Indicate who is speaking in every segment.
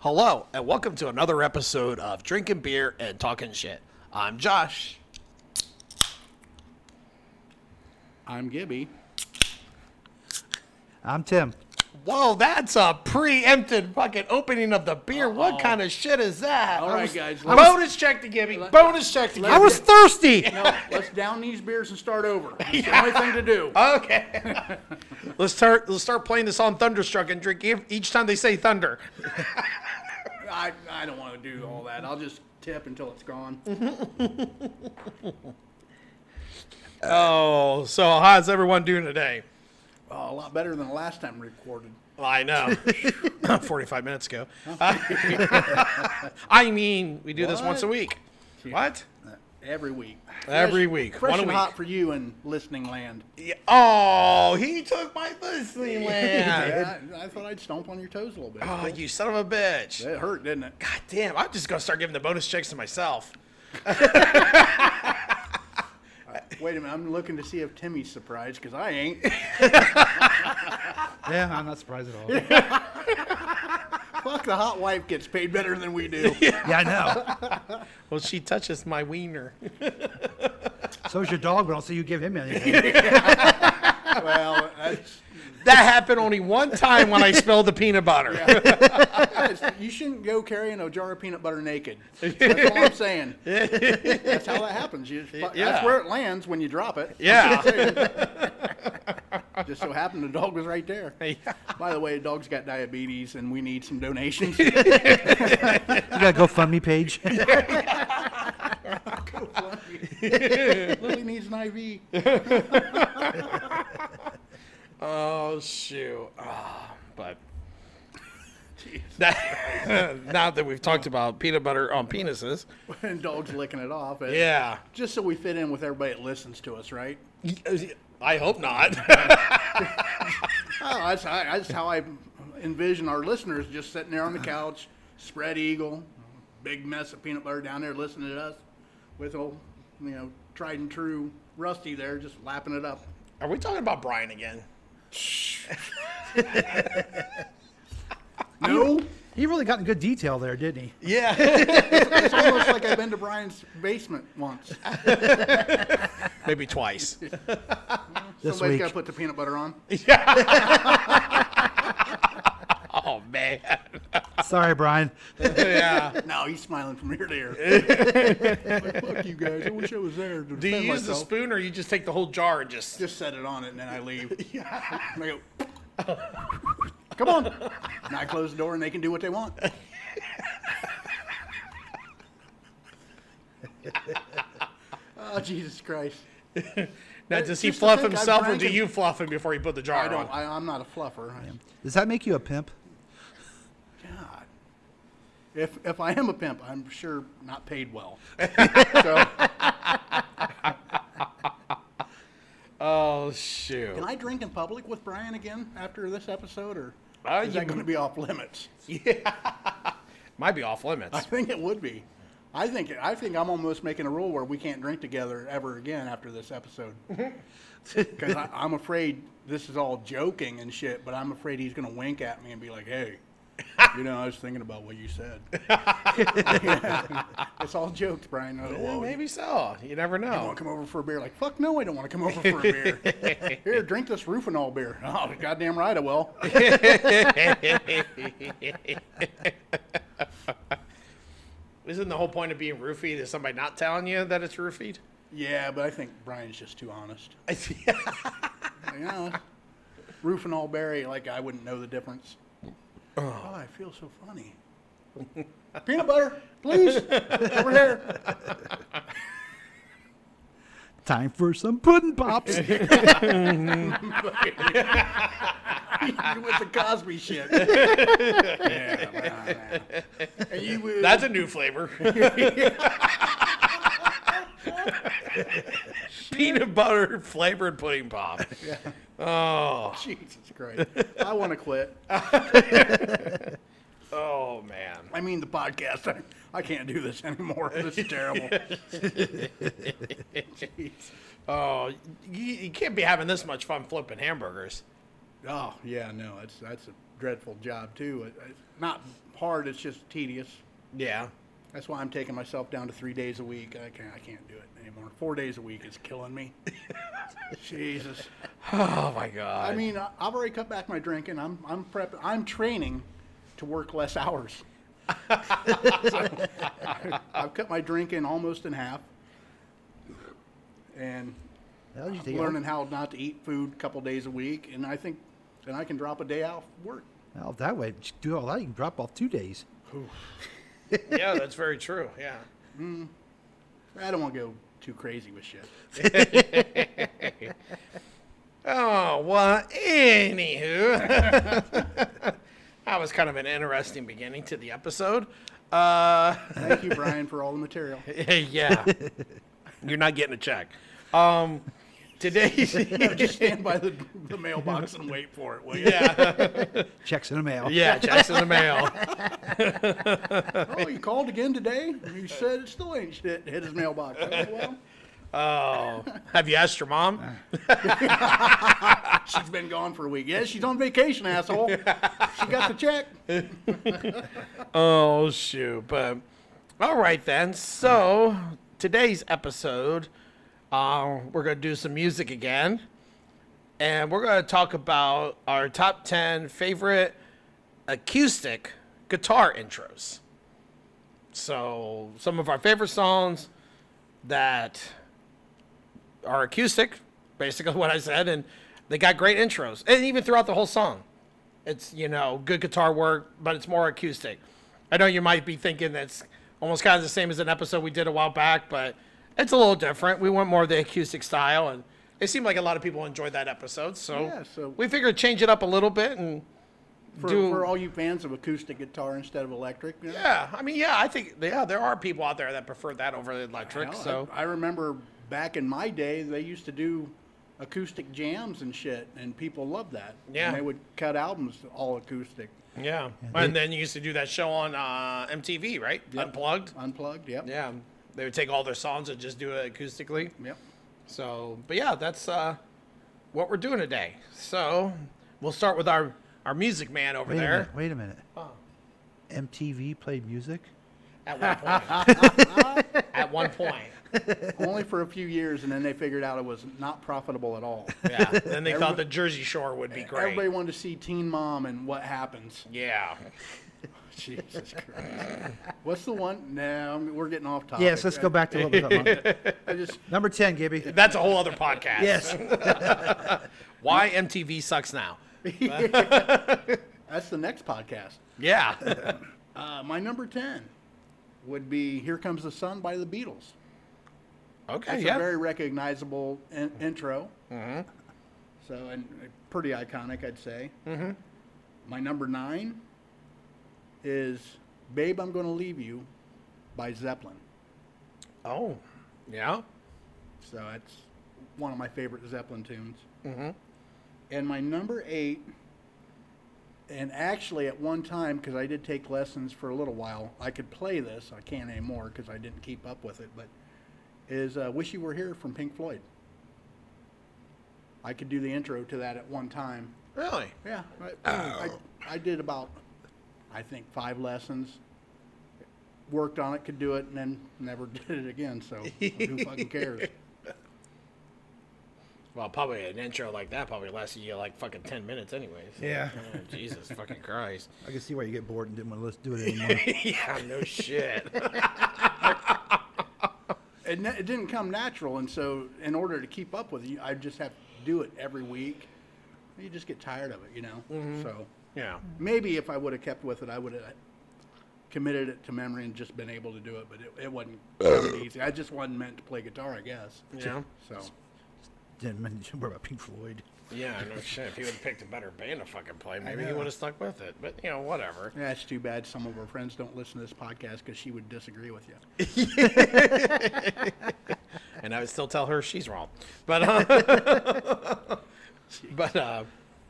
Speaker 1: Hello, and welcome to another episode of Drinking Beer and Talking Shit. I'm Josh.
Speaker 2: I'm Gibby.
Speaker 3: I'm Tim.
Speaker 1: Whoa, that's a preempted fucking opening of the beer. What kind of shit is that?
Speaker 2: All
Speaker 1: I
Speaker 2: right,
Speaker 1: was-
Speaker 2: guys, let's-
Speaker 1: Bonus check to Gibby.
Speaker 2: Let-
Speaker 1: Bonus check to Gibby.
Speaker 2: I was
Speaker 3: thirsty.
Speaker 2: No, let's down these beers and start over. It's the only thing to do.
Speaker 1: Uh, Okay. let's start. Let's start playing the song "Thunderstruck" and drink ev- each time they say "thunder."
Speaker 2: I, I don't want to do all that. I'll just tip until it's gone.
Speaker 1: Oh, so how's everyone doing today?
Speaker 2: Oh, a lot better than the last time recorded.
Speaker 1: Well, I know. Forty-five minutes ago. Uh, I mean, we do this once a
Speaker 2: What?
Speaker 1: week. What?
Speaker 2: Every week.
Speaker 1: Every
Speaker 2: Fresh-
Speaker 1: week,
Speaker 2: Fresh
Speaker 1: one a
Speaker 2: and
Speaker 1: week.
Speaker 2: hot for you in listening land.
Speaker 1: Yeah. Oh, he took my listening land.
Speaker 2: Yeah, I, I thought I'd stomp on your toes a little bit.
Speaker 1: oh, you son of a bitch.
Speaker 2: That hurt, didn't it?
Speaker 1: God damn, I'm just going to start giving the bonus checks to myself.
Speaker 2: Wait a minute. I'm looking to see if Timmy's surprised because I ain't.
Speaker 3: Yeah, I'm not surprised at all.
Speaker 2: Fuck, the hot wife gets paid better than we do.
Speaker 3: Yeah, I know.
Speaker 1: Well, she touches my wiener.
Speaker 3: So's your dog, but I don't see you give him anything.
Speaker 2: Well, that's,
Speaker 1: That happened only one time when I spilled the peanut butter.
Speaker 2: that's- you shouldn't go carrying a jar of peanut butter naked. That's all I'm saying. That's how that happens. You just,
Speaker 1: Yeah.
Speaker 2: That's where it lands when you drop it.
Speaker 1: Yeah.
Speaker 2: Just so happened the dog was right there.
Speaker 1: Yeah.
Speaker 2: By the way, the dog's got diabetes and we need some donations.
Speaker 3: You got a GoFundMe page.
Speaker 2: Lily needs an IV.
Speaker 1: Oh, shoot. Ah, but that, now that we've talked about peanut butter on penises,
Speaker 2: and dog's licking it off. And
Speaker 1: yeah.
Speaker 2: Just so we fit in with everybody that listens to us, right?
Speaker 1: I hope not.
Speaker 2: Oh, that's, how, that's how I envision our listeners just sitting there on the couch, spread eagle, big mess of peanut butter down there, listening to us with old, you know, tried and true Rusty there, just lapping it up.
Speaker 1: Are we talking about Brian again?
Speaker 2: No,
Speaker 3: He really got in good detail there, didn't he?
Speaker 1: Yeah.
Speaker 2: it's almost like I've been to Brian's basement once.
Speaker 1: Maybe twice.
Speaker 3: This
Speaker 2: Somebody's got
Speaker 3: week.
Speaker 2: to put the peanut butter on.
Speaker 1: Oh, man.
Speaker 3: Sorry, Brian.
Speaker 1: Yeah.
Speaker 2: No, he's smiling from ear to ear. Like, Fuck you guys! I wish I was there. To
Speaker 1: Do you
Speaker 2: defend
Speaker 1: use the
Speaker 2: myself."
Speaker 1: spoon or you just take the whole jar and just
Speaker 2: Just set it on it, and then I leave. And I go. Come on! And I close the door, and they can do what they want. oh Jesus Christ!
Speaker 1: now does he
Speaker 2: just to
Speaker 1: fluff
Speaker 2: think I
Speaker 1: himself or
Speaker 2: drank
Speaker 1: do
Speaker 2: it-
Speaker 1: you fluff him before you put the jar
Speaker 2: I don't.
Speaker 1: on?
Speaker 2: I, I'm not a fluffer.
Speaker 3: Does that make you a pimp?
Speaker 2: God. If if I am a pimp, I'm sure not paid well. so,
Speaker 1: Oh shoot.
Speaker 2: can I drink in public with Brian again after this episode, or
Speaker 1: Uh,
Speaker 2: is
Speaker 1: you-
Speaker 2: that going to be off limits?
Speaker 1: Might be off
Speaker 2: I
Speaker 1: limits.
Speaker 2: think it would be. I think I think I'm almost making a rule where we can't drink together ever again after this episode. Because I'm afraid this is all joking and shit, but I'm afraid he's going to wink at me and be like, "Hey, you know, I was thinking about what you said." it's all jokes, Brian. Oh,
Speaker 1: Yeah,
Speaker 2: well,
Speaker 1: maybe so. You never
Speaker 2: I
Speaker 1: know.
Speaker 2: want to come over for a beer. Like, fuck no, I don't want to come over for a beer. Here, drink this Rufinol beer. Oh, goddamn right I will.
Speaker 1: Isn't the whole point of being roofied is somebody not telling you that it's roofied?
Speaker 2: yeah, but I think Brian's just too honest. Like, "Oh, Roof and all berry, like I wouldn't know the difference. Oh, I feel so funny. Peanut butter, please. Over here.
Speaker 3: Time for some pudding pops.
Speaker 2: With the Cosby shit. Yeah, nah, nah. And you would-
Speaker 1: That's a new flavor. Peanut butter flavored pudding pop. Oh,
Speaker 2: Jesus Christ. I want to quit.
Speaker 1: oh man.
Speaker 2: I mean, the podcast. I, I can't do this anymore. This is terrible. Jeez.
Speaker 1: Oh, you, you can't be having this much fun flipping hamburgers.
Speaker 2: Oh yeah, no, that's that's a dreadful job too. It- it's not hard. It's just tedious.
Speaker 1: Yeah.
Speaker 2: That's why I'm taking myself down to three days a week. I can't. I can't do it anymore. Four days a week is killing me. Jesus.
Speaker 1: Oh my god.
Speaker 2: I mean, I- I've already cut back my drinking. I'm I'm prep. I'm training to work less hours. I've cut my drinking almost in half, and
Speaker 3: How'd you take it?
Speaker 2: learning how not to eat food a couple days a week. And I think, and I can drop a day off work.
Speaker 3: Oh, that way, just do all that. You can drop off two days.
Speaker 1: yeah, that's very true. Yeah.
Speaker 2: I don't want to go too crazy with shit.
Speaker 1: Oh well. Anywho, that was kind of an interesting beginning to the episode. Uh,
Speaker 2: Thank you, Brian, for all the material.
Speaker 1: yeah. You're not getting a check. Um, today.
Speaker 2: Just stand by the, the mailbox and wait for it, will you?
Speaker 1: yeah.
Speaker 3: Checks in the mail.
Speaker 1: Yeah. Checks in the mail.
Speaker 2: Oh, you called again today? You said it still ain't shit. Hit his mailbox. Oh, well,
Speaker 1: Oh, have you asked your mom?
Speaker 2: she's been gone for a week. Yeah, she's on vacation, asshole. She got the check.
Speaker 1: Oh shoot! But all right then. So today's episode, uh, we're gonna do some music again, and we're gonna talk about our top ten favorite acoustic guitar intros. So some of our favorite songs that are acoustic, basically what I said, and they got great intros, and even throughout the whole song it's you know good guitar work, but it's more acoustic. I know you might be thinking that's almost kind of the same as an episode we did a while back, but it's a little different. We went more of the acoustic style, and it seemed like a lot of people enjoyed that episode. So,
Speaker 2: Yeah, so-
Speaker 1: we figured change it up a little bit and
Speaker 2: For,
Speaker 1: do.
Speaker 2: for all you fans of acoustic guitar instead of electric. you know?
Speaker 1: yeah, I mean, yeah, I think yeah, there are people out there that prefer that over the electric.
Speaker 2: Hell, I-
Speaker 1: so
Speaker 2: I, remember back in my day, they used to do acoustic jams and shit, and people loved that.
Speaker 1: Yeah.
Speaker 2: And they would cut albums all acoustic,
Speaker 1: yeah, and then you used to do that show on uh, MTV, right? Unplugged.
Speaker 2: unplugged. Yep.
Speaker 1: Yeah, they would take all their songs and just do it acoustically.
Speaker 2: Yep.
Speaker 1: So, but yeah, that's uh, what we're doing today. So, we'll start with our our music man over
Speaker 3: Wait a
Speaker 1: there.
Speaker 3: minute. Wait a minute. MTV played music.
Speaker 1: At one point, at one point,
Speaker 2: Only for a few years, and then they figured out it was not profitable at all.
Speaker 1: yeah. Then they thought the Jersey Shore would be great.
Speaker 2: Everybody wanted to see Teen Mom and What Happens.
Speaker 1: Yeah,
Speaker 2: Jesus Christ. What's the one? No, I'm- we're getting off topic.
Speaker 3: Yes, let's go back to what was up.
Speaker 2: I just
Speaker 3: Number ten, Gibby.
Speaker 1: that's a whole other podcast.
Speaker 3: Yes.
Speaker 1: Why MTV sucks now?
Speaker 2: that's the next podcast.
Speaker 1: Yeah.
Speaker 2: Uh, my number ten would be "Here Comes the Sun" by the Beatles.
Speaker 1: Okay.
Speaker 2: It's
Speaker 1: yeah.
Speaker 2: a very recognizable in- intro. So, and uh, pretty iconic, I'd say. Mm-hmm. My number nine is "Babe, I'm Gonna Leave You" by Zeppelin.
Speaker 1: oh, yeah.
Speaker 2: So it's one of my favorite Zeppelin tunes. Mm-hmm. And my number eight, and actually at one time, because I did take lessons for a little while, I could play this. I can't anymore because I didn't keep up with it. But is uh, "Wish You Were Here" from Pink Floyd. I could do the intro to that at one time.
Speaker 1: Really.
Speaker 2: Yeah, I, I, I did about, I think five lessons. Worked on it, could do it, and then never did it again. So who fucking cares?
Speaker 1: Well, probably an intro like that probably lasts you like fucking ten minutes, anyways.
Speaker 3: Yeah.
Speaker 1: Oh, Jesus fucking Christ.
Speaker 3: I can see why you get bored and didn't want to let's do it anymore.
Speaker 1: yeah. No shit.
Speaker 2: it, ne- it didn't come natural, and so in order to keep up with it, I just have to do it every week. You just get tired of it, you know.
Speaker 1: Mm-hmm.
Speaker 2: So
Speaker 1: yeah.
Speaker 2: maybe if I would have kept with it, I would have committed it to memory and just been able to do it. But it, it wasn't coming easy. I just wasn't meant to play guitar, I guess.
Speaker 1: Yeah.
Speaker 2: So
Speaker 3: didn't mention worry about Pink Floyd.
Speaker 1: Yeah, no shit. If he would have picked a better band to fucking play, maybe he
Speaker 2: know.
Speaker 1: would have stuck with it. But you know, whatever.
Speaker 2: yeah, it's too bad some of our friends don't listen to this podcast because she would disagree with you.
Speaker 1: And I would still tell her she's wrong. But uh, but uh,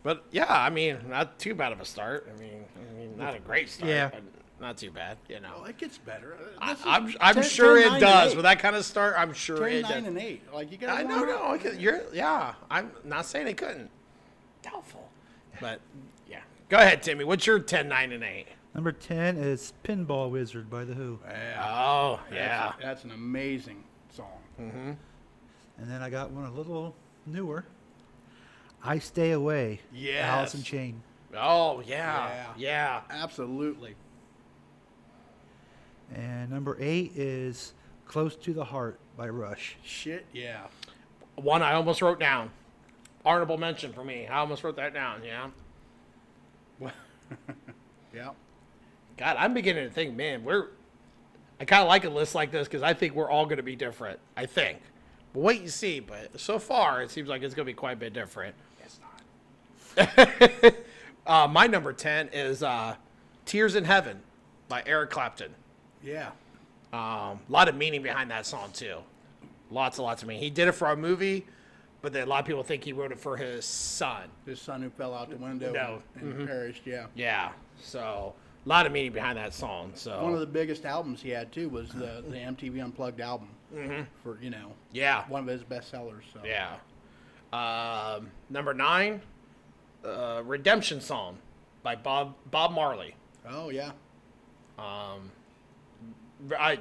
Speaker 1: but yeah, I mean, not too bad of a start. I mean, I mean not a great start.
Speaker 3: Yeah.
Speaker 1: but not too bad. You know,
Speaker 2: Well, it gets better. Uh,
Speaker 1: I,
Speaker 2: this is
Speaker 1: I'm I'm
Speaker 2: 10
Speaker 1: sure
Speaker 2: 10, 9,
Speaker 1: it
Speaker 2: and
Speaker 1: does
Speaker 2: eight.
Speaker 1: with that kind of start. I'm sure
Speaker 2: Turn
Speaker 1: it
Speaker 2: nine
Speaker 1: does.
Speaker 2: and eight, like you got.
Speaker 1: I know, no, I could- you're yeah. I'm not saying it couldn't. Doubtful, but yeah. Go ahead, Timmy. What's your 10, 9, and eight?
Speaker 3: Number 10 is Pinball Wizard by The Who.
Speaker 1: Oh, yeah. Hmm.
Speaker 2: That's, that's an amazing song.
Speaker 3: And then I got one a little newer. I Stay Away. Alice in
Speaker 2: Yes.
Speaker 3: Chain.
Speaker 1: Oh, yeah.
Speaker 2: Yeah.
Speaker 1: Yeah.
Speaker 2: Absolutely.
Speaker 3: And number 8 is Close to the Heart by Rush.
Speaker 2: Shit, yeah.
Speaker 1: One I almost wrote down. Honorable mention for me. I almost wrote that down, yeah.
Speaker 2: Yeah.
Speaker 1: God, I'm beginning to think, man, we're. I kind of like a list like this because I think we're all going to be different. I think. We'll wait and see, but so far it seems like it's going to be quite a bit different. It's not. uh, my number 10 is uh, Tears in Heaven by Eric Clapton.
Speaker 2: Yeah.
Speaker 1: Um, a lot of meaning behind that song too. Lots and lots of meaning. He did it for a movie, but then a lot of people think he wrote it for his son.
Speaker 2: His son who fell out the window
Speaker 1: No. Mm-hmm.
Speaker 2: and perished, yeah.
Speaker 1: Yeah. So a lot of meaning behind that song. So
Speaker 2: One of the biggest albums he had too was the, the MTV Unplugged album for you know
Speaker 1: yeah,
Speaker 2: one of his best sellers. So.
Speaker 1: Mm-hmm. yeah. Um, number nine, uh, Redemption Song by Bob Bob Marley.
Speaker 2: Oh yeah.
Speaker 1: I,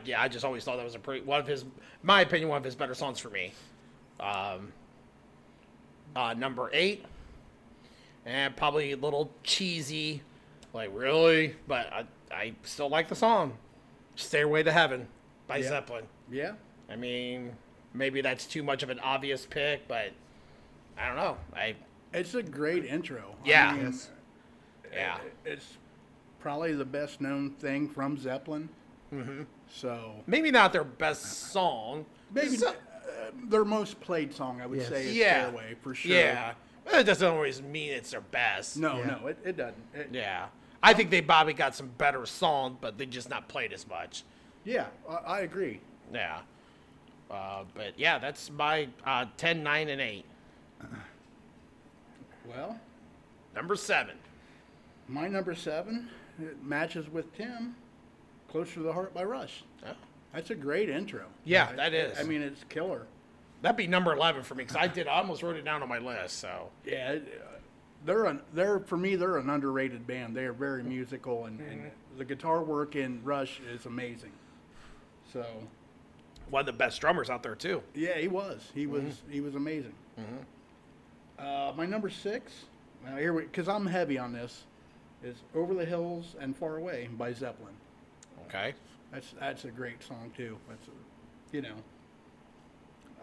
Speaker 1: yeah, I just always thought that was a pretty one of his, my opinion, one of his better songs for me. Um, uh, number eight, and probably a little cheesy, like really, but I, I still like the song, "Stairway to Heaven" by
Speaker 2: Yeah.
Speaker 1: Zeppelin.
Speaker 2: Yeah.
Speaker 1: I mean, maybe that's too much of an obvious pick, but I don't know. I
Speaker 2: It's a great intro. I
Speaker 1: Yeah.
Speaker 2: mean,
Speaker 3: Yes.
Speaker 1: yeah,
Speaker 2: It's probably the best known thing from Zeppelin. Mm-hmm. So
Speaker 1: maybe not their best song.
Speaker 2: maybe
Speaker 1: So-
Speaker 2: uh, their most played song, I would
Speaker 3: Yes.
Speaker 2: say, is
Speaker 1: yeah,
Speaker 2: Stairway for sure.
Speaker 1: Yeah, but it doesn't always mean it's their best.
Speaker 2: No,
Speaker 3: Yeah.
Speaker 2: no, it, it doesn't. It-
Speaker 1: Yeah. I think they probably got some better songs, but they just not played as much.
Speaker 2: yeah, I, I agree.
Speaker 1: Yeah. Uh, but yeah, that's my uh, 10, 9, and 8.
Speaker 2: Well,
Speaker 1: Number 7.
Speaker 2: my number seven it matches with Tim, "Closer to the Heart" by Rush. That's a great intro.
Speaker 1: Oh. Yeah,
Speaker 2: I-
Speaker 1: that is.
Speaker 2: I mean, it's killer.
Speaker 1: That'd be number 11 for me because I did, I almost wrote it down on my list. So,
Speaker 2: Yeah, it-
Speaker 1: uh,
Speaker 2: they're an, they're for me they're an underrated band. They are very musical and, and the guitar work in Rush is amazing. So
Speaker 1: one of the best drummers out there, too.
Speaker 2: yeah, he was he was
Speaker 1: Mm-hmm.
Speaker 2: he was amazing. Uh, my number six now here because I'm heavy on this is "Over the Hills and Far Away" by Zeppelin.
Speaker 1: Okay.
Speaker 2: That's that's a great song too. That's a, you know,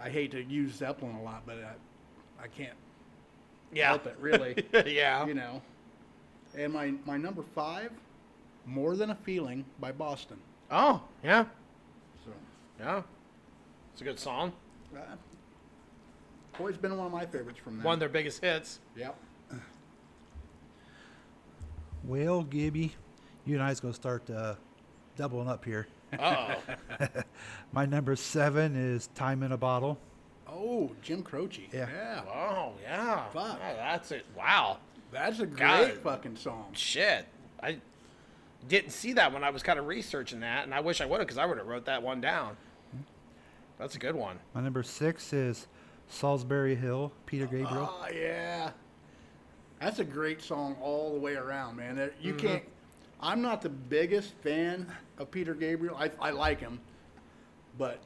Speaker 2: I hate to use Zeppelin a lot, but I, I can't
Speaker 1: Yeah.
Speaker 2: help it really.
Speaker 1: yeah.
Speaker 2: you know. And my, my number five, More Than a Feeling by Boston.
Speaker 1: Oh, yeah.
Speaker 2: So,
Speaker 1: Yeah. It's a good song.
Speaker 2: uh, always been one of my favorites from them.
Speaker 1: One of their biggest hits.
Speaker 2: Yep.
Speaker 3: Well, Gibby, you and I's going to start uh, doubling up here.
Speaker 1: Oh,
Speaker 3: My number 7 is Time in a Bottle.
Speaker 2: Oh, Jim Croce.
Speaker 3: Yeah.
Speaker 1: oh, yeah.
Speaker 2: Fuck.
Speaker 1: Yeah, that's it. Wow.
Speaker 2: That's a great
Speaker 1: God.
Speaker 2: fucking song.
Speaker 1: shit i didn't see that when i was kind of researching that and i wish i would have because i would have wrote that one down that's a good one
Speaker 3: My number 6 is Salisbury Hill, Peter Gabriel.
Speaker 2: Oh, yeah. That's a great song all the way around, man. That- You can't. I'm not the biggest fan of Peter Gabriel. I, I like him, but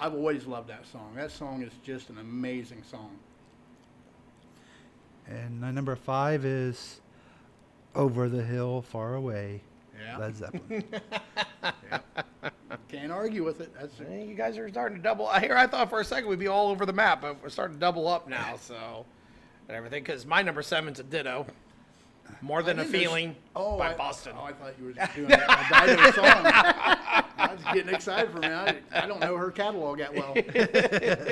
Speaker 2: I've always loved that song. That song is just an amazing song.
Speaker 3: And my number 5 is Over the Hill, Far Away,
Speaker 2: Yeah.
Speaker 3: Led Zeppelin.
Speaker 2: Can't argue with it. That's
Speaker 1: Eh, you guys are starting to double i hear i thought for a second we'd be all over the map but we're starting to double up now so and everything because my number seven's a ditto more than
Speaker 2: I
Speaker 1: a
Speaker 2: think there's-
Speaker 1: feeling
Speaker 2: oh,
Speaker 1: by
Speaker 2: I-
Speaker 1: boston
Speaker 2: Oh, I thought you were just doing that. I died of a song. I was getting excited for a minute. I, I don't know her catalog that well.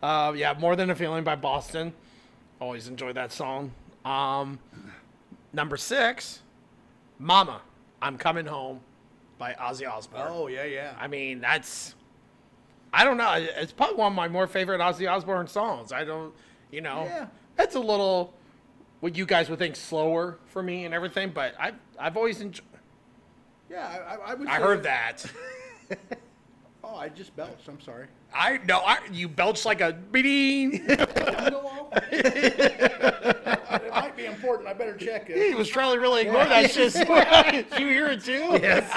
Speaker 1: Uh, yeah, more than a feeling by Boston. Always enjoyed that song. Um, number six, "Mama, I'm Coming Home" by Ozzy Osbourne.
Speaker 2: Oh, yeah, yeah.
Speaker 1: I mean, that's I don't know. It's probably one of my more favorite Ozzy Osbourne songs. I don't, you know,
Speaker 2: Yeah.
Speaker 1: that's a little what you guys would think slower for me and everything, but I I've always enjoyed.
Speaker 2: Yeah, I, I- I would.
Speaker 1: I
Speaker 2: say-
Speaker 1: heard that.
Speaker 2: Oh, I just belched. I'm sorry.
Speaker 1: I no, I you belched like a beating.
Speaker 2: Did I go off? it might, be important. I better check
Speaker 4: He
Speaker 2: it.
Speaker 4: was trying to really ignore that shit. Did you hear it too?
Speaker 1: Yes.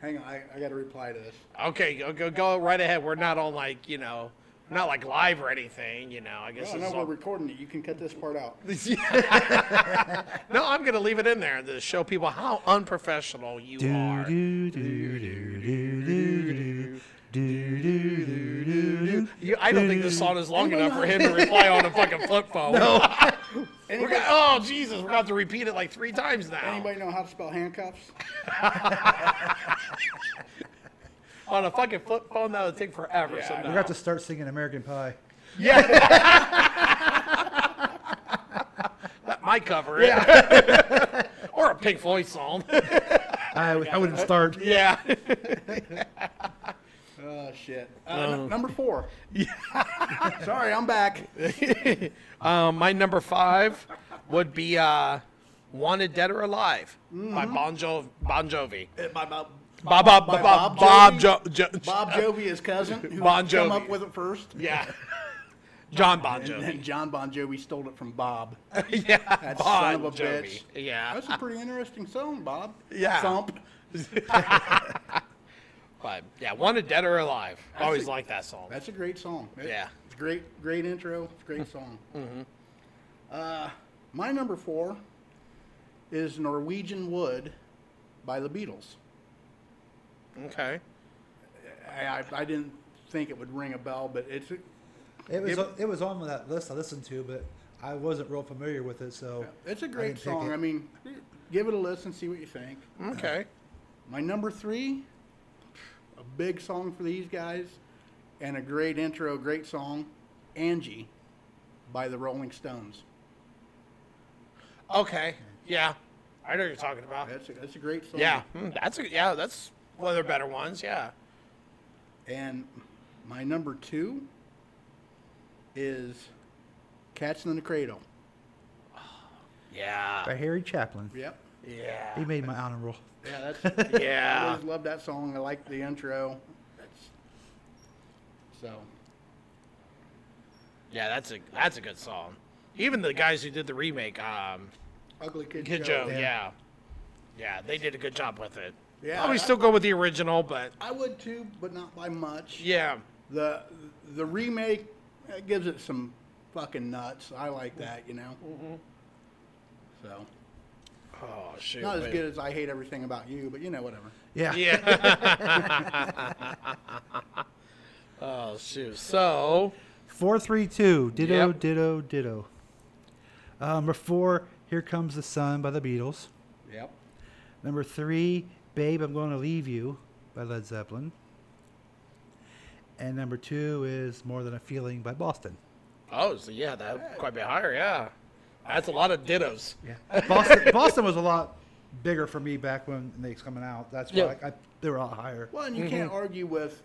Speaker 2: Hang on, I, I got to reply to this.
Speaker 1: Okay, go, go go right ahead. We're not on like you know, not like live or anything. You know, I guess.
Speaker 2: No,
Speaker 1: it's
Speaker 2: no, we're
Speaker 1: all-
Speaker 2: recording it. You can cut this part out.
Speaker 1: no, I'm gonna leave it in there to show people how unprofessional you are.
Speaker 3: Do, do, do, do, do, do, do, do, do, do, do.
Speaker 1: You, I don't think this song is long enough for him to reply on a fucking flip phone. We're
Speaker 2: Anybody,
Speaker 1: gonna, oh Jesus, we're gonna have to repeat it like three times now
Speaker 2: anybody know how to spell handcuffs?
Speaker 1: on a fucking flip phone. That would take forever. so
Speaker 2: Yeah, I
Speaker 1: no.
Speaker 3: We're about to start singing American Pie.
Speaker 1: that might cover it. or a Pink Floyd song.
Speaker 3: I, I wouldn't start.
Speaker 1: yeah.
Speaker 2: Oh shit. Uh, n- number four. Sorry, I'm back.
Speaker 1: Um, my number five would be uh, "Wanted Dead or Alive" by Bon, jo- bon Jovi.
Speaker 2: By Mm-hmm. Bob,
Speaker 1: Bob Bob
Speaker 2: by
Speaker 1: Bob Bob,
Speaker 2: Bob
Speaker 1: jo-
Speaker 2: Jovi?
Speaker 1: jo-
Speaker 2: Bob Jovi, his cousin, who
Speaker 1: Bon
Speaker 2: came
Speaker 1: Jovi.
Speaker 2: up with it first.
Speaker 1: Yeah. John Bon
Speaker 2: And then
Speaker 1: Jovi.
Speaker 2: John Bon Jovi stole it from Bob.
Speaker 1: yeah.
Speaker 2: That
Speaker 1: bon
Speaker 2: son of a
Speaker 1: Jovi.
Speaker 2: bitch.
Speaker 1: Yeah.
Speaker 2: That's a pretty interesting song, Bob.
Speaker 1: Yeah.
Speaker 2: Thump.
Speaker 1: But yeah, "Wanted Dead or Alive." I always
Speaker 2: a-
Speaker 1: like that song.
Speaker 2: That's a great song. It-
Speaker 1: Yeah. Hmm.
Speaker 2: it's Great, great intro. It's a great song. Mm-hmm. Uh, my number four is Norwegian Wood by the Beatles.
Speaker 1: Okay.
Speaker 2: I, I, I didn't think it would ring a bell, but it's a-
Speaker 3: It was
Speaker 2: It-
Speaker 3: it, was on that list I listened to, but I wasn't real familiar with it, so
Speaker 2: it's a
Speaker 3: I
Speaker 2: great
Speaker 3: didn't pick
Speaker 2: song.
Speaker 3: it.
Speaker 2: I mean, give it a listen, see what you think.
Speaker 1: Okay.
Speaker 2: My number three, a big song for these guys, and a great intro, great song, Angie by the Rolling Stones.
Speaker 1: Okay. Yeah. I know what you're talking about.
Speaker 2: That's a, that's a great song.
Speaker 1: Yeah. Mm, that's a, yeah. That's one of their better ones. Yeah.
Speaker 2: And my number two is Cats in the Cradle.
Speaker 1: Yeah.
Speaker 3: by Harry Chaplin.
Speaker 2: Yep.
Speaker 1: Yeah.
Speaker 3: He made my honorable.
Speaker 2: Yeah, that's. I
Speaker 1: Yeah.
Speaker 2: always love that song. I like the intro. That's, so,
Speaker 1: Yeah. That's a that's a good song. Even the guys who did the remake, um,
Speaker 2: Ugly Kid,
Speaker 1: Kid
Speaker 2: Joe.
Speaker 1: Joe, yeah. yeah, they did a good job with it.
Speaker 2: Yeah.
Speaker 1: Probably still go with the original, but
Speaker 2: I would too, but not by much.
Speaker 1: yeah,
Speaker 2: The the remake uh, gives it some fucking nuts. I like that, you know. So
Speaker 1: oh shoot,
Speaker 2: not as
Speaker 1: wait.
Speaker 2: good as I hate everything about you, but you know whatever.
Speaker 3: Yeah.
Speaker 1: Yeah. oh shoot. So
Speaker 3: Four three two. Ditto,
Speaker 1: Yep.
Speaker 3: ditto, ditto. Uh, number four, Here Comes the Sun by the Beatles.
Speaker 2: Yep.
Speaker 3: Number three, Babe, I'm Gonna Leave You by Led Zeppelin. And number two is More Than a Feeling by Boston.
Speaker 1: oh so yeah, that would quite be higher. Yeah, that's a lot of dittos.
Speaker 3: Yeah. Boston, Boston was a lot bigger for me back when they was coming out. That's why
Speaker 1: Yeah.
Speaker 3: I, I, they were a lot higher.
Speaker 2: Well, and you
Speaker 1: Mm-hmm.
Speaker 2: can't argue with,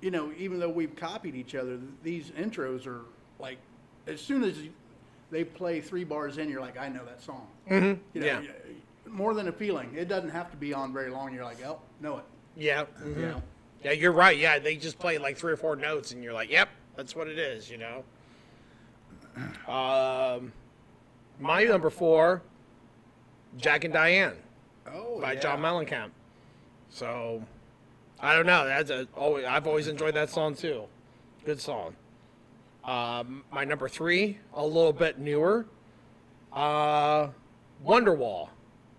Speaker 2: you know, even though we've copied each other, th- these intros are like, as soon as you- they play three bars in, you're like, I know that song. Mm-hmm. You know,
Speaker 1: Yeah.
Speaker 2: y- more than a feeling. It doesn't have to be on very long. You're like, oh, know it.
Speaker 1: Yeah. mm-hmm.
Speaker 2: You know.
Speaker 1: Yeah, you're right. Yeah, they just play like three or four notes, and you're like, "Yep, that's what it is," you know. Um, my number four, Jack and Diane
Speaker 2: Oh,
Speaker 1: by
Speaker 2: yeah.
Speaker 1: John Mellencamp. So, I don't know. That's a, always I've always enjoyed that song too. Good song. Um, my number three, a little bit newer, uh, Wonderwall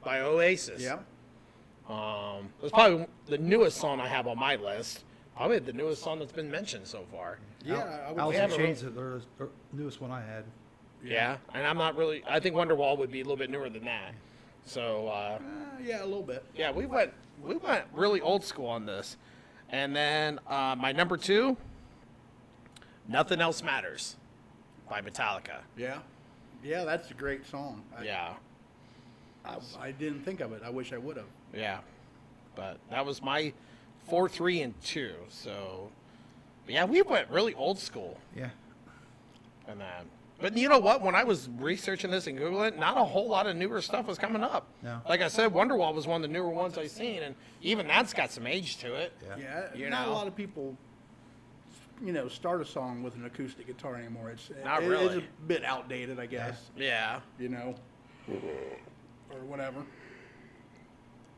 Speaker 1: by Oasis.
Speaker 2: Yeah.
Speaker 1: Um, it's probably the newest song I have on my list. Probably the newest song that's been mentioned so far.
Speaker 2: Yeah. I would
Speaker 3: Alice
Speaker 2: say-
Speaker 3: in
Speaker 1: Yeah, but-
Speaker 3: Chains, is the the newest one I had.
Speaker 1: Yeah, and I'm not really. I think Wonderwall would be a little bit newer than that. So uh,
Speaker 2: Uh, yeah, a little bit.
Speaker 1: yeah, we went we went really old school on this. And then uh, my number two, "Nothing Else Matters" by Metallica.
Speaker 2: Yeah. Yeah, that's a great song. I,
Speaker 1: Yeah,
Speaker 2: I, I didn't think of it. I wish I would have.
Speaker 1: yeah, but that was my four, three, and two. So yeah, we went really old school.
Speaker 3: Yeah.
Speaker 1: And then, but you know what? When I was researching this and googling, it, not a whole lot of newer stuff was coming up.
Speaker 3: No.
Speaker 1: Like I said, Wonderwall was one of the newer ones I seen, and even that's got some age to it.
Speaker 3: Yeah.
Speaker 2: Yeah,
Speaker 1: You
Speaker 2: not
Speaker 1: know.
Speaker 2: a lot of people you know start a song with an acoustic guitar anymore. It's
Speaker 1: Not
Speaker 2: it- It's
Speaker 1: really.
Speaker 2: a bit outdated, I guess.
Speaker 1: Yeah.
Speaker 2: You know, or whatever.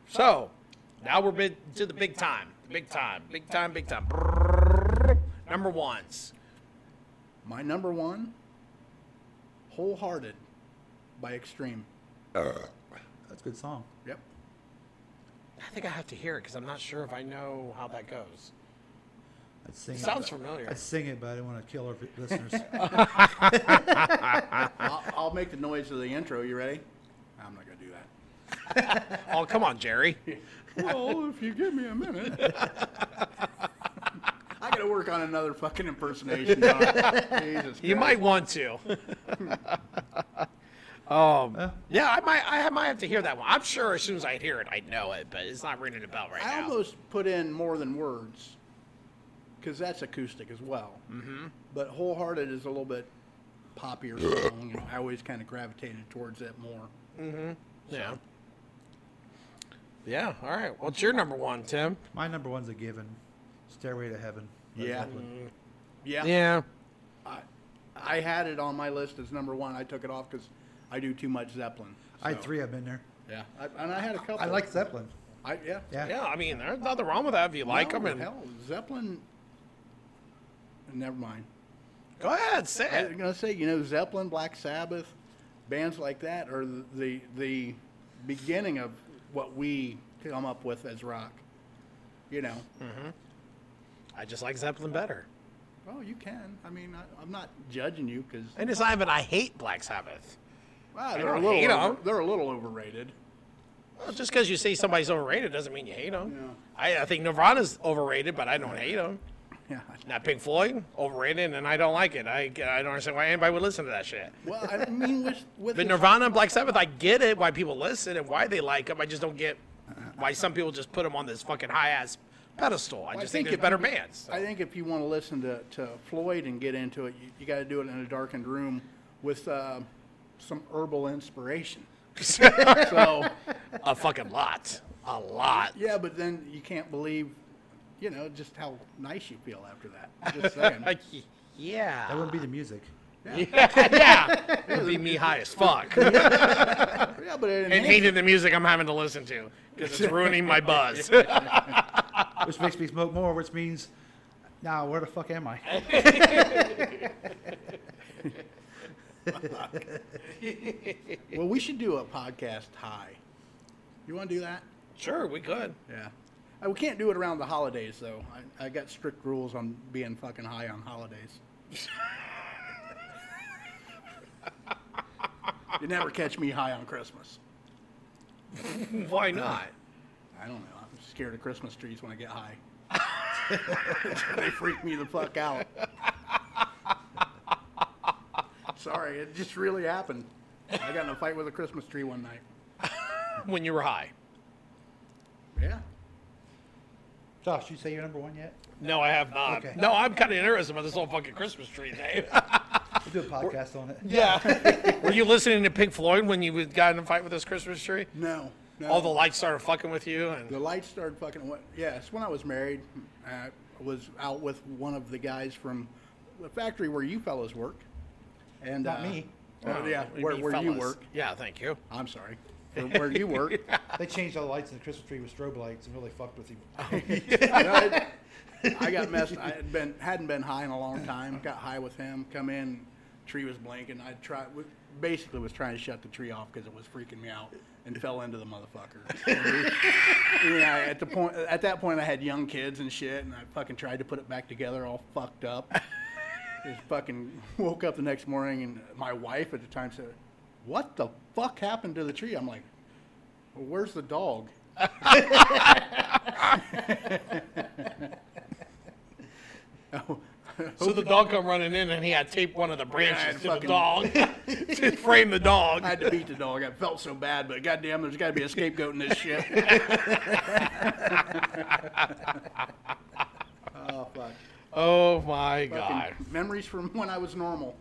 Speaker 1: So now we're big, to the big time. Big time. Big time. Big time. Number ones.
Speaker 2: My number one, "Wholehearted" by Extreme.
Speaker 3: That's a good song.
Speaker 2: Yep.
Speaker 1: I think I have to hear it because I'm not sure if I know how that goes.
Speaker 3: I'd sing it.
Speaker 1: Sounds
Speaker 3: but-
Speaker 1: familiar.
Speaker 3: I'd sing it, but I didn't want to kill our listeners.
Speaker 2: I'll, I'll make the noise of the intro. You ready? I'm not gonna do that.
Speaker 1: Oh, come on, Jerry.
Speaker 2: Well, if you give me a minute. I gotta work on another fucking impersonation. John. Jesus
Speaker 1: You
Speaker 2: Christ.
Speaker 1: might want to. um, yeah, I might. I might have to hear that one. I'm sure as soon as I hear it, I know it, but it's not ringing a bell right
Speaker 2: I
Speaker 1: now.
Speaker 2: almost put in more than words, because that's acoustic as well. Mm-hmm. But wholehearted is a little bit poppier song, and I always kind of gravitated towards that more.
Speaker 1: yeah. Yeah. All right. What's your number one, Tim?
Speaker 3: My number one's a given. Stairway to Heaven. Led
Speaker 2: Yeah.
Speaker 3: Zeppelin.
Speaker 2: Yeah,
Speaker 1: Yeah.
Speaker 2: I, I had it on my list as number one. I took it off because I do too much Zeppelin.
Speaker 3: I had
Speaker 2: so-
Speaker 3: three of them in there.
Speaker 2: Yeah, I, and I had a couple.
Speaker 3: I like Zeppelin.
Speaker 2: I, yeah,
Speaker 3: Yeah.
Speaker 1: Yeah. I mean, there's nothing wrong with that if you like them.
Speaker 2: No,
Speaker 1: And
Speaker 2: hell, Zeppelin. Never mind.
Speaker 1: go ahead, say
Speaker 2: I was
Speaker 1: it.
Speaker 2: gonna say, you know, Zeppelin, Black Sabbath, bands like that are the the, the beginning of what we come up with as rock. You know.
Speaker 1: I just like Zeppelin better.
Speaker 2: Well, you can. I mean, I, I'm not judging you because
Speaker 1: And it's not even I hate Black Sabbath.
Speaker 2: they're a
Speaker 1: don't
Speaker 2: little
Speaker 1: hate 'em.
Speaker 2: over- they're a little overrated.
Speaker 1: Well, just because you say somebody's overrated doesn't mean you hate them.
Speaker 2: No.
Speaker 1: I, I think Nirvana's overrated, but I don't hate them.
Speaker 2: Yeah.
Speaker 1: Not Pink Floyd, overrated, and I don't like it. I, I don't understand why anybody would listen to that shit.
Speaker 2: Well, I mean, with
Speaker 1: But
Speaker 2: with the-
Speaker 1: Nirvana and Black Sabbath, I get it why people listen and why they like them. I just don't get why some people just put them on this fucking high ass pedestal. I
Speaker 2: I
Speaker 1: just think,
Speaker 2: think
Speaker 1: they're better
Speaker 2: if you-
Speaker 1: bands.
Speaker 2: I think if you want to listen to, to Floyd and get into it, you, you got to do it in a darkened room with uh, some herbal inspiration. So.
Speaker 1: a fucking lot, a lot.
Speaker 2: Yeah, but then you can't believe, you know, just how nice you feel after that. Just saying.
Speaker 1: Like, y- yeah.
Speaker 3: That wouldn't be the music.
Speaker 1: yeah, it'd be me high as fuck, and
Speaker 2: yeah, but it enhances,
Speaker 1: hating the music I'm having to listen to because it's ruining my buzz.
Speaker 3: Which makes me smoke more, which means now where the fuck am I?
Speaker 2: well, we should do a podcast high. You want to do that?
Speaker 1: sure, we could.
Speaker 2: Yeah. Uh, We can't do it around the holidays, though. I, I got strict rules on being fucking high on holidays. you never catch me high on Christmas.
Speaker 1: Why not?
Speaker 2: I don't know. I'm scared of Christmas trees when I get high. they freak me the fuck out. Sorry, it just really happened. I got in a fight with a Christmas tree one night.
Speaker 1: When you were high.
Speaker 2: Yeah.
Speaker 3: Josh, you say you're number one yet?
Speaker 1: No, I have not.
Speaker 3: Okay.
Speaker 1: No, I'm kind of interested about this whole fucking Christmas tree thing.
Speaker 3: We'll do a podcast on it.
Speaker 1: yeah. were you listening to Pink Floyd when you got in a fight with this Christmas tree?
Speaker 2: No. no.
Speaker 1: All the lights started fucking with you,
Speaker 2: The
Speaker 1: and
Speaker 2: lights started fucking. wa- Yeah, it's when I was married. I was out with one of the guys from the factory where you fellows work. And
Speaker 3: Not
Speaker 2: uh,
Speaker 3: me.
Speaker 2: oh, yeah,
Speaker 1: We
Speaker 2: where,
Speaker 1: be
Speaker 2: where you
Speaker 1: fellas.
Speaker 2: work.
Speaker 1: Yeah, thank you.
Speaker 2: I'm sorry. Where, where you work.
Speaker 3: They changed all the lights in the Christmas tree with strobe lights and really fucked with you.
Speaker 2: No, it- I got messed. I had been hadn't been high in a long time. Got high with him. Come in, tree was blinking. I tried. Basically, was trying to shut the tree off because it was freaking me out, and fell into the motherfucker. yeah, at the point at that point, I had young kids and shit, and I fucking tried to put it back together, all fucked up. Just fucking woke up the next morning, and my wife at the time said, "What the fuck happened to the tree?" I'm like, well, "Where's the dog?" Oh,
Speaker 1: So the dog come running in, and he had taped one of the branches to
Speaker 2: Yeah,
Speaker 1: the dog to frame the dog.
Speaker 2: I had to beat the dog. I felt so bad, but goddamn, there's got to be a scapegoat in this shit. oh fuck!
Speaker 1: Oh my
Speaker 2: Fucking
Speaker 1: god.
Speaker 2: memories from when I was normal.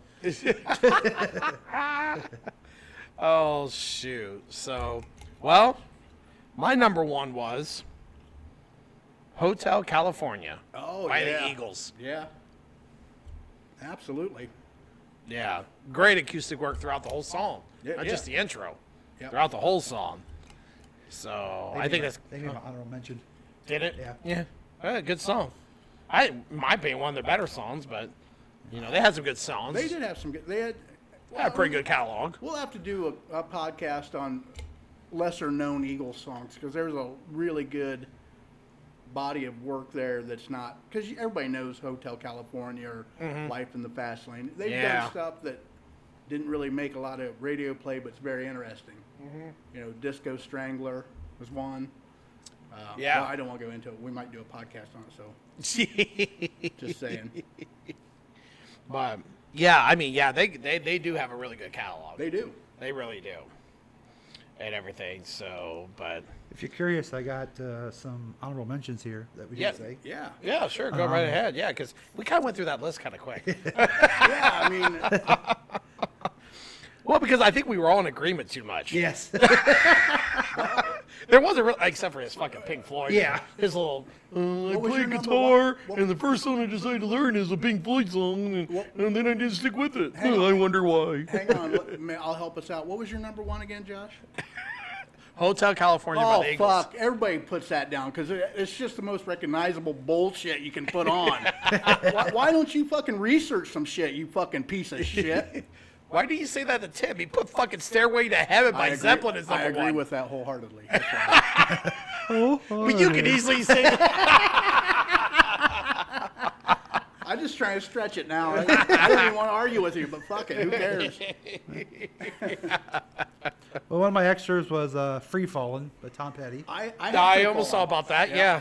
Speaker 1: Oh shoot. So, well, my number one was Hotel California
Speaker 2: Oh
Speaker 1: by
Speaker 2: yeah.
Speaker 1: Oh, the Eagles.
Speaker 2: Yeah. Absolutely.
Speaker 1: Yeah, great acoustic work throughout the whole song,
Speaker 2: Yeah,
Speaker 1: not
Speaker 2: yeah.
Speaker 1: just the intro,
Speaker 2: Yep.
Speaker 1: throughout the whole song. So I think that's
Speaker 3: They gave him an honorable mention.
Speaker 1: did it.
Speaker 3: Yeah.
Speaker 1: yeah, Yeah, good song. I in my opinion one of their better songs, but you know they had some good songs.
Speaker 2: They did have some good. They had.
Speaker 1: They had a pretty good catalog.
Speaker 2: We'll have to do a, a podcast on lesser known Eagles songs because there's a really good body of work there that's not because everybody knows Hotel California or Life in the Fast Lane. They've
Speaker 1: Mm-hmm. Yeah.
Speaker 2: done stuff that didn't really make a lot of radio play, but it's very interesting.
Speaker 1: Mm-hmm.
Speaker 2: You know, Disco Strangler was one. Uh,
Speaker 1: Yeah.
Speaker 2: well, I don't want to go into it. We might do a podcast on it, so just saying.
Speaker 1: but yeah, I mean, yeah, they they they do have a really good catalog.
Speaker 2: they do.
Speaker 1: They really do. And everything. So, but
Speaker 3: If you're curious, I got uh, some honorable mentions here that we
Speaker 1: Yeah.
Speaker 3: didn't say.
Speaker 2: Yeah.
Speaker 1: yeah, sure, go right ahead. Yeah, because we kind of went through that list kind of quick.
Speaker 2: Yeah, I mean,
Speaker 1: well, because I think we were all in agreement too much.
Speaker 3: Yes.
Speaker 1: There wasn't really, except for his fucking Pink Floyd.
Speaker 3: Yeah.
Speaker 1: his little. Uh, I
Speaker 2: was
Speaker 1: play
Speaker 2: your number
Speaker 1: guitar,
Speaker 2: one- what-
Speaker 1: and the first song I decided to learn is a Pink Floyd song, and,
Speaker 2: What-
Speaker 1: and then I didn't stick with it.
Speaker 2: Hang on.
Speaker 1: I wonder why.
Speaker 2: Hang on, let- ma- I'll help us out. What was your number one again, Josh?
Speaker 1: Hotel California by
Speaker 2: Oh
Speaker 1: the Eagles.
Speaker 2: fuck! Everybody puts that down because it's just the most recognizable bullshit you can put on. why, why don't you fucking research some shit, you fucking piece of shit?
Speaker 1: Why do you say that to Tim? He put fucking Stairway to Heaven
Speaker 2: I
Speaker 1: by
Speaker 2: agree-
Speaker 1: Zeppelin as number
Speaker 2: I agree
Speaker 1: one.
Speaker 2: with that wholeheartedly. That's right.
Speaker 3: Oh,
Speaker 1: but you could easily say that.
Speaker 2: I'm just trying to stretch it now. I, I don't even want to argue with you, but fuck it, who cares?
Speaker 3: well, one of my extras was uh, Free Fallen by Tom Petty.
Speaker 2: I I, have
Speaker 1: I
Speaker 2: to
Speaker 1: almost
Speaker 2: fall
Speaker 1: saw
Speaker 2: on.
Speaker 1: about that. Yeah.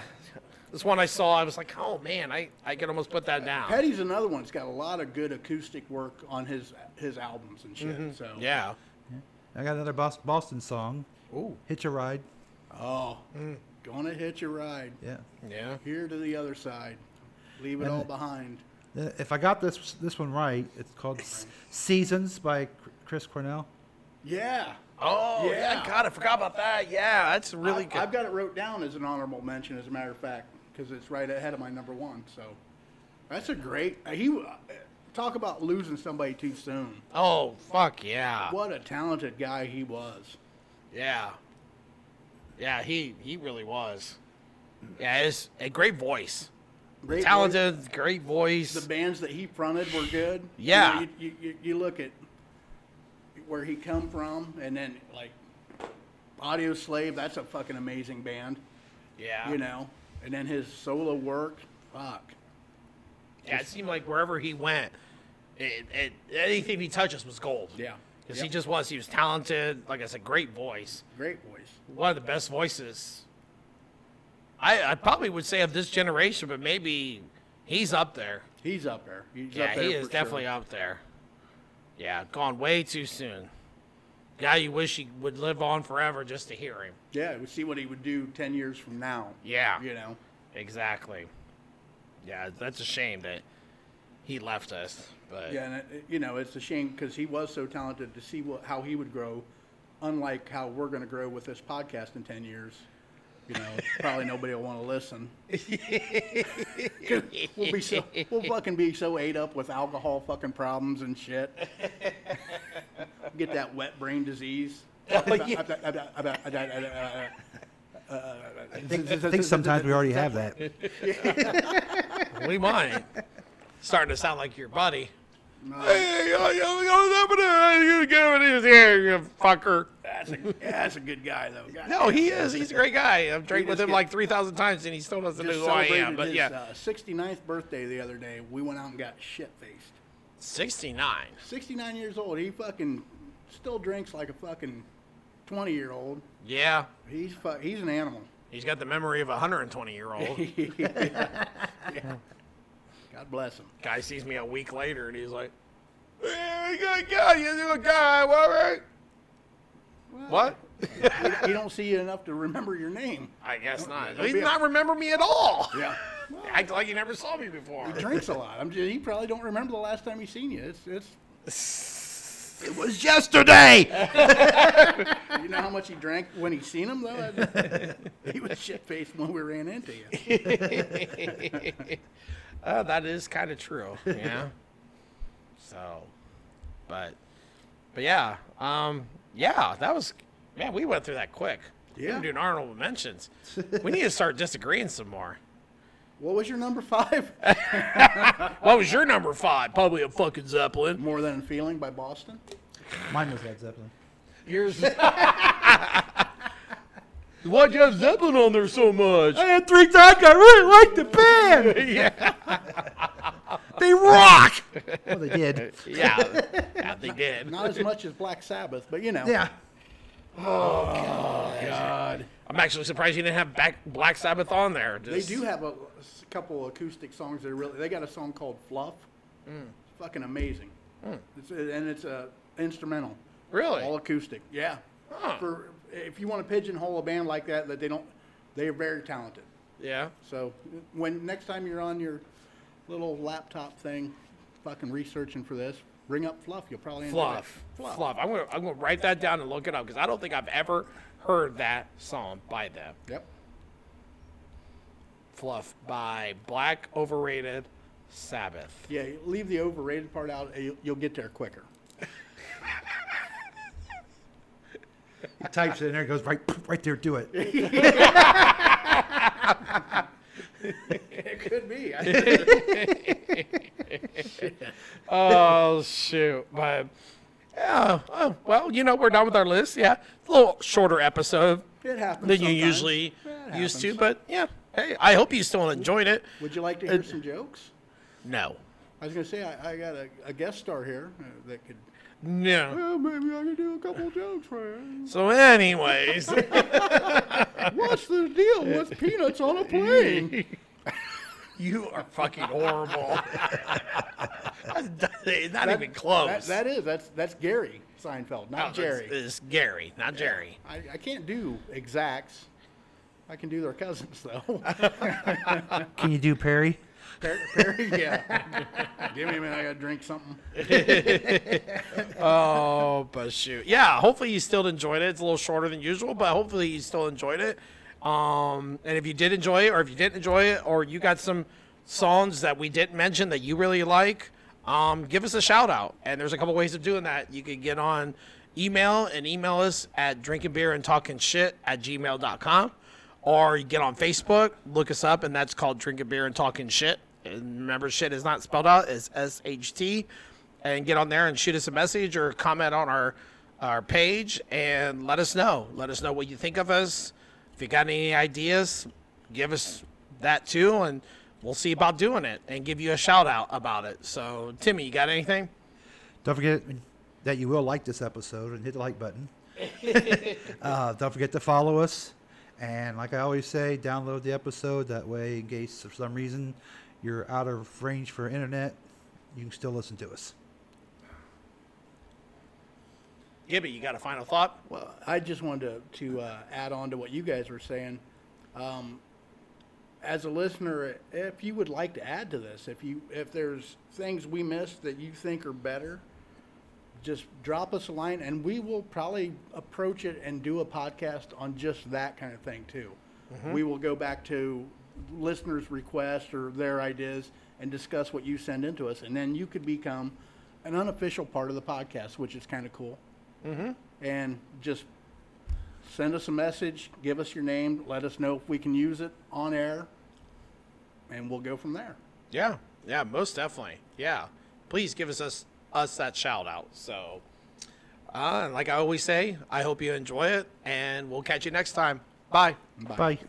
Speaker 1: This one I saw, I was like, oh man, I, I could almost put that down.
Speaker 2: Petty's another one. It's got a lot of good acoustic work on his his albums and shit. So
Speaker 1: Mm-hmm. Yeah.
Speaker 3: I got another Bos- Boston song,
Speaker 1: Ooh.
Speaker 3: Hitch a Ride.
Speaker 2: Oh, gonna hit your ride.
Speaker 3: Yeah.
Speaker 1: Yeah.
Speaker 2: Here to the other side. Leave it all behind.
Speaker 3: Uh, If I got this this one right, it's called S- Seasons by Cr- Chris Cornell.
Speaker 2: Yeah.
Speaker 1: Oh yeah.
Speaker 2: Yeah.
Speaker 1: God, I forgot about that. Yeah, that's really
Speaker 2: I-
Speaker 1: good.
Speaker 2: I've got it wrote down as an honorable mention, as a matter of fact, because it's right ahead of my number one. So that's a great. uh, He uh, talk about losing somebody too soon.
Speaker 1: oh fuck yeah.
Speaker 2: What a talented guy he was.
Speaker 1: Yeah. Yeah, he he really was. Yeah, it's a great voice.
Speaker 2: Great
Speaker 1: Talented, great voice.
Speaker 2: The bands that he fronted were good.
Speaker 1: Yeah.
Speaker 2: You, know, you, you, you look at where he come from, and then like Audio Slave. That's a fucking amazing band.
Speaker 1: yeah.
Speaker 2: You know, and then his solo work. Fuck.
Speaker 1: yeah, it seemed like wherever he went, it, it, anything he touches was gold.
Speaker 2: Yeah.
Speaker 1: Because he
Speaker 2: Yep.
Speaker 1: just was. He was talented. Like I said, great voice.
Speaker 2: Great voice.
Speaker 1: One of the best voices. I, I probably would say of this generation, but maybe he's up there.
Speaker 2: He's up there. He's
Speaker 1: Yeah,
Speaker 2: up there
Speaker 1: he
Speaker 2: for
Speaker 1: is definitely
Speaker 2: sure.
Speaker 1: up there. Yeah, gone way too soon. Guy you wish he would live on forever just to hear him.
Speaker 2: Yeah, we see what he would do ten years from now.
Speaker 1: Yeah.
Speaker 2: you know.
Speaker 1: Exactly. Yeah, that's a shame that he left us. But
Speaker 2: Yeah, and it, it- you know it's a shame because he was so talented to see what, how he would grow, unlike how we're going to grow with this podcast in ten years. You know, probably nobody will want to listen. we'll be so we'll fucking be so ate up with alcohol fucking problems and shit. Get that wet brain disease.
Speaker 1: Oh,
Speaker 3: I think, I think sometimes we already have that.
Speaker 1: we might. Starting to sound like your buddy.
Speaker 2: No,
Speaker 1: Hey, what's happening? You get it is here, you fucker.
Speaker 2: that's, a, yeah, that's a good guy though. God
Speaker 1: No, he is. He's a great guy. I've drank
Speaker 2: He
Speaker 1: with
Speaker 2: just
Speaker 1: him
Speaker 2: get-
Speaker 1: like 3,000 times and he still doesn't know
Speaker 2: just
Speaker 1: who I am.
Speaker 2: celebrated
Speaker 1: But
Speaker 2: his
Speaker 1: yeah,
Speaker 2: uh, 69th birthday the other day. We went out and got shit faced.
Speaker 1: 69.
Speaker 2: 69 years old. He fucking still drinks like a fucking 20 year old.
Speaker 1: Yeah.
Speaker 2: He's fu- he's an animal.
Speaker 1: He's got the memory of a 120 year old.
Speaker 2: God bless him.
Speaker 1: guy sees me a week later and he's like, hey, good guy, you do a guy, all right? What?
Speaker 2: He, he don't see you enough to remember your name.
Speaker 1: I guess not.
Speaker 2: Don't
Speaker 1: He's
Speaker 2: be a-
Speaker 1: not remember me at all.
Speaker 2: Yeah.
Speaker 1: Act like he never saw me before.
Speaker 2: He drinks a lot. I'm just, he probably don't remember the last time he seen you. It's it's. It was yesterday. you know how much he drank when he seen him though. That- he was shit faced when we ran into you.
Speaker 1: Oh, Uh, that is kind of true. Yeah. So, but, but yeah, um, yeah, that was man. We went through that quick. We
Speaker 2: Yeah.
Speaker 1: didn't do an honorable mentions. we need to start disagreeing some more.
Speaker 2: What was your number five?
Speaker 1: What was your number five? Probably a fucking Zeppelin.
Speaker 2: More Than a Feeling by Boston.
Speaker 3: Mine was Led Zeppelin.
Speaker 4: Yours.
Speaker 1: Why'd you have Zeppelin on there so much?
Speaker 3: I had three times. I really liked the band.
Speaker 1: yeah. they rock.
Speaker 3: Well, they did.
Speaker 1: yeah, yeah, they did.
Speaker 2: Not as much as Black Sabbath, but you know.
Speaker 3: Yeah.
Speaker 2: God.
Speaker 1: I'm actually surprised you didn't have back Black Sabbath on there.
Speaker 2: They
Speaker 1: Just-
Speaker 2: do have a, s- couple acoustic songs that are really. They got a song called Fluff.
Speaker 1: Mm.
Speaker 2: It's fucking amazing. It's, and it's uh, instrumental.
Speaker 1: Really?
Speaker 2: All acoustic. Yeah.
Speaker 1: Huh.
Speaker 2: For if you want to pigeonhole a band like that, that they don't, they are very talented.
Speaker 1: Yeah.
Speaker 2: So when next time you're on your little laptop thing, fucking researching for this, bring up Fluff. You'll probably enjoy it.
Speaker 1: Fluff. Fluff. I'm gonna I'm gonna write that down and look it up because I don't think I've ever heard that song by them.
Speaker 2: Yep.
Speaker 1: Fluff by Black Overrated Sabbath.
Speaker 2: Yeah, leave the overrated part out. and You'll, you'll get there quicker.
Speaker 3: He types it in there. It goes right, right there. Do it.
Speaker 2: It could be.
Speaker 1: Oh shoot, but yeah. Oh, well, you know we're done with our list. Yeah, it's a little shorter episode
Speaker 2: It happens.
Speaker 1: than you
Speaker 2: sometimes.
Speaker 1: usually
Speaker 2: It
Speaker 1: used to,
Speaker 2: happens.
Speaker 1: but yeah. Hey, I hope you still enjoyed it.
Speaker 2: Would you like to hear some jokes?
Speaker 1: No.
Speaker 2: I was gonna say I, I got a, a guest star here uh, that could.
Speaker 1: No.
Speaker 2: Oh, maybe I can do a couple jokes for you.
Speaker 1: So, anyways.
Speaker 2: What's the deal with peanuts on a plane?
Speaker 1: You are fucking horrible. That's not
Speaker 2: That-
Speaker 1: even close.
Speaker 2: that- that is. That's that's Gary Seinfeld,
Speaker 1: No,
Speaker 2: not
Speaker 1: it's-
Speaker 2: Jerry.
Speaker 1: It's, Gary, not Jerry.
Speaker 2: I, I can't do exacts. I can do their cousins though.
Speaker 3: Can you do Perry?
Speaker 2: Perry, Perry, yeah. Give me a minute. I gotta drink something.
Speaker 1: Oh, but shoot. Yeah, hopefully you still enjoyed it. It's a little shorter than usual, but hopefully you still enjoyed it. Um, and if you did enjoy it, or if you didn't enjoy it, or you got some songs that we didn't mention that you really like, um, give us a shout out. And there's a couple ways of doing that. You could get on email and email us at drinking beer and talking shit at gmail.com. or you get on Facebook, look us up, and that's called Drinking Beer and Talking Shit. And remember, shit is not spelled out; it's S H T. And get on there and shoot us a message or comment on our our page and let us know. Let us know what you think of us. If you got any ideas, give us that too, and we'll see about doing it and give you a shout out about it. So, Timmy, you got anything?
Speaker 3: Don't forget that you will like this episode and hit the like button. uh, don't forget to follow us. And like I always say, download the episode. That way, in case for some reason you're out of range for internet, you can still listen to us.
Speaker 1: Gibby, you got a final thought?
Speaker 2: Well, I just wanted to, to uh, add on to what you guys were saying. Um, as a listener, if you would like to add to this, if you if there's things we missed that you think are better, just drop us a line, and we will probably approach it and do a podcast on just that kind of thing too. We will go back to listeners' requests or their ideas and discuss what you send into us, and then you could become an unofficial part of the podcast, which is kind of cool and just send us a message, give us your name, let us know if we can use it on air, and we'll go from there.
Speaker 1: Yeah, yeah, most definitely. Yeah, please give us us, us that shout out. So, uh, and like I always say, I hope you enjoy it, and we'll catch you next time. Bye.
Speaker 3: Bye.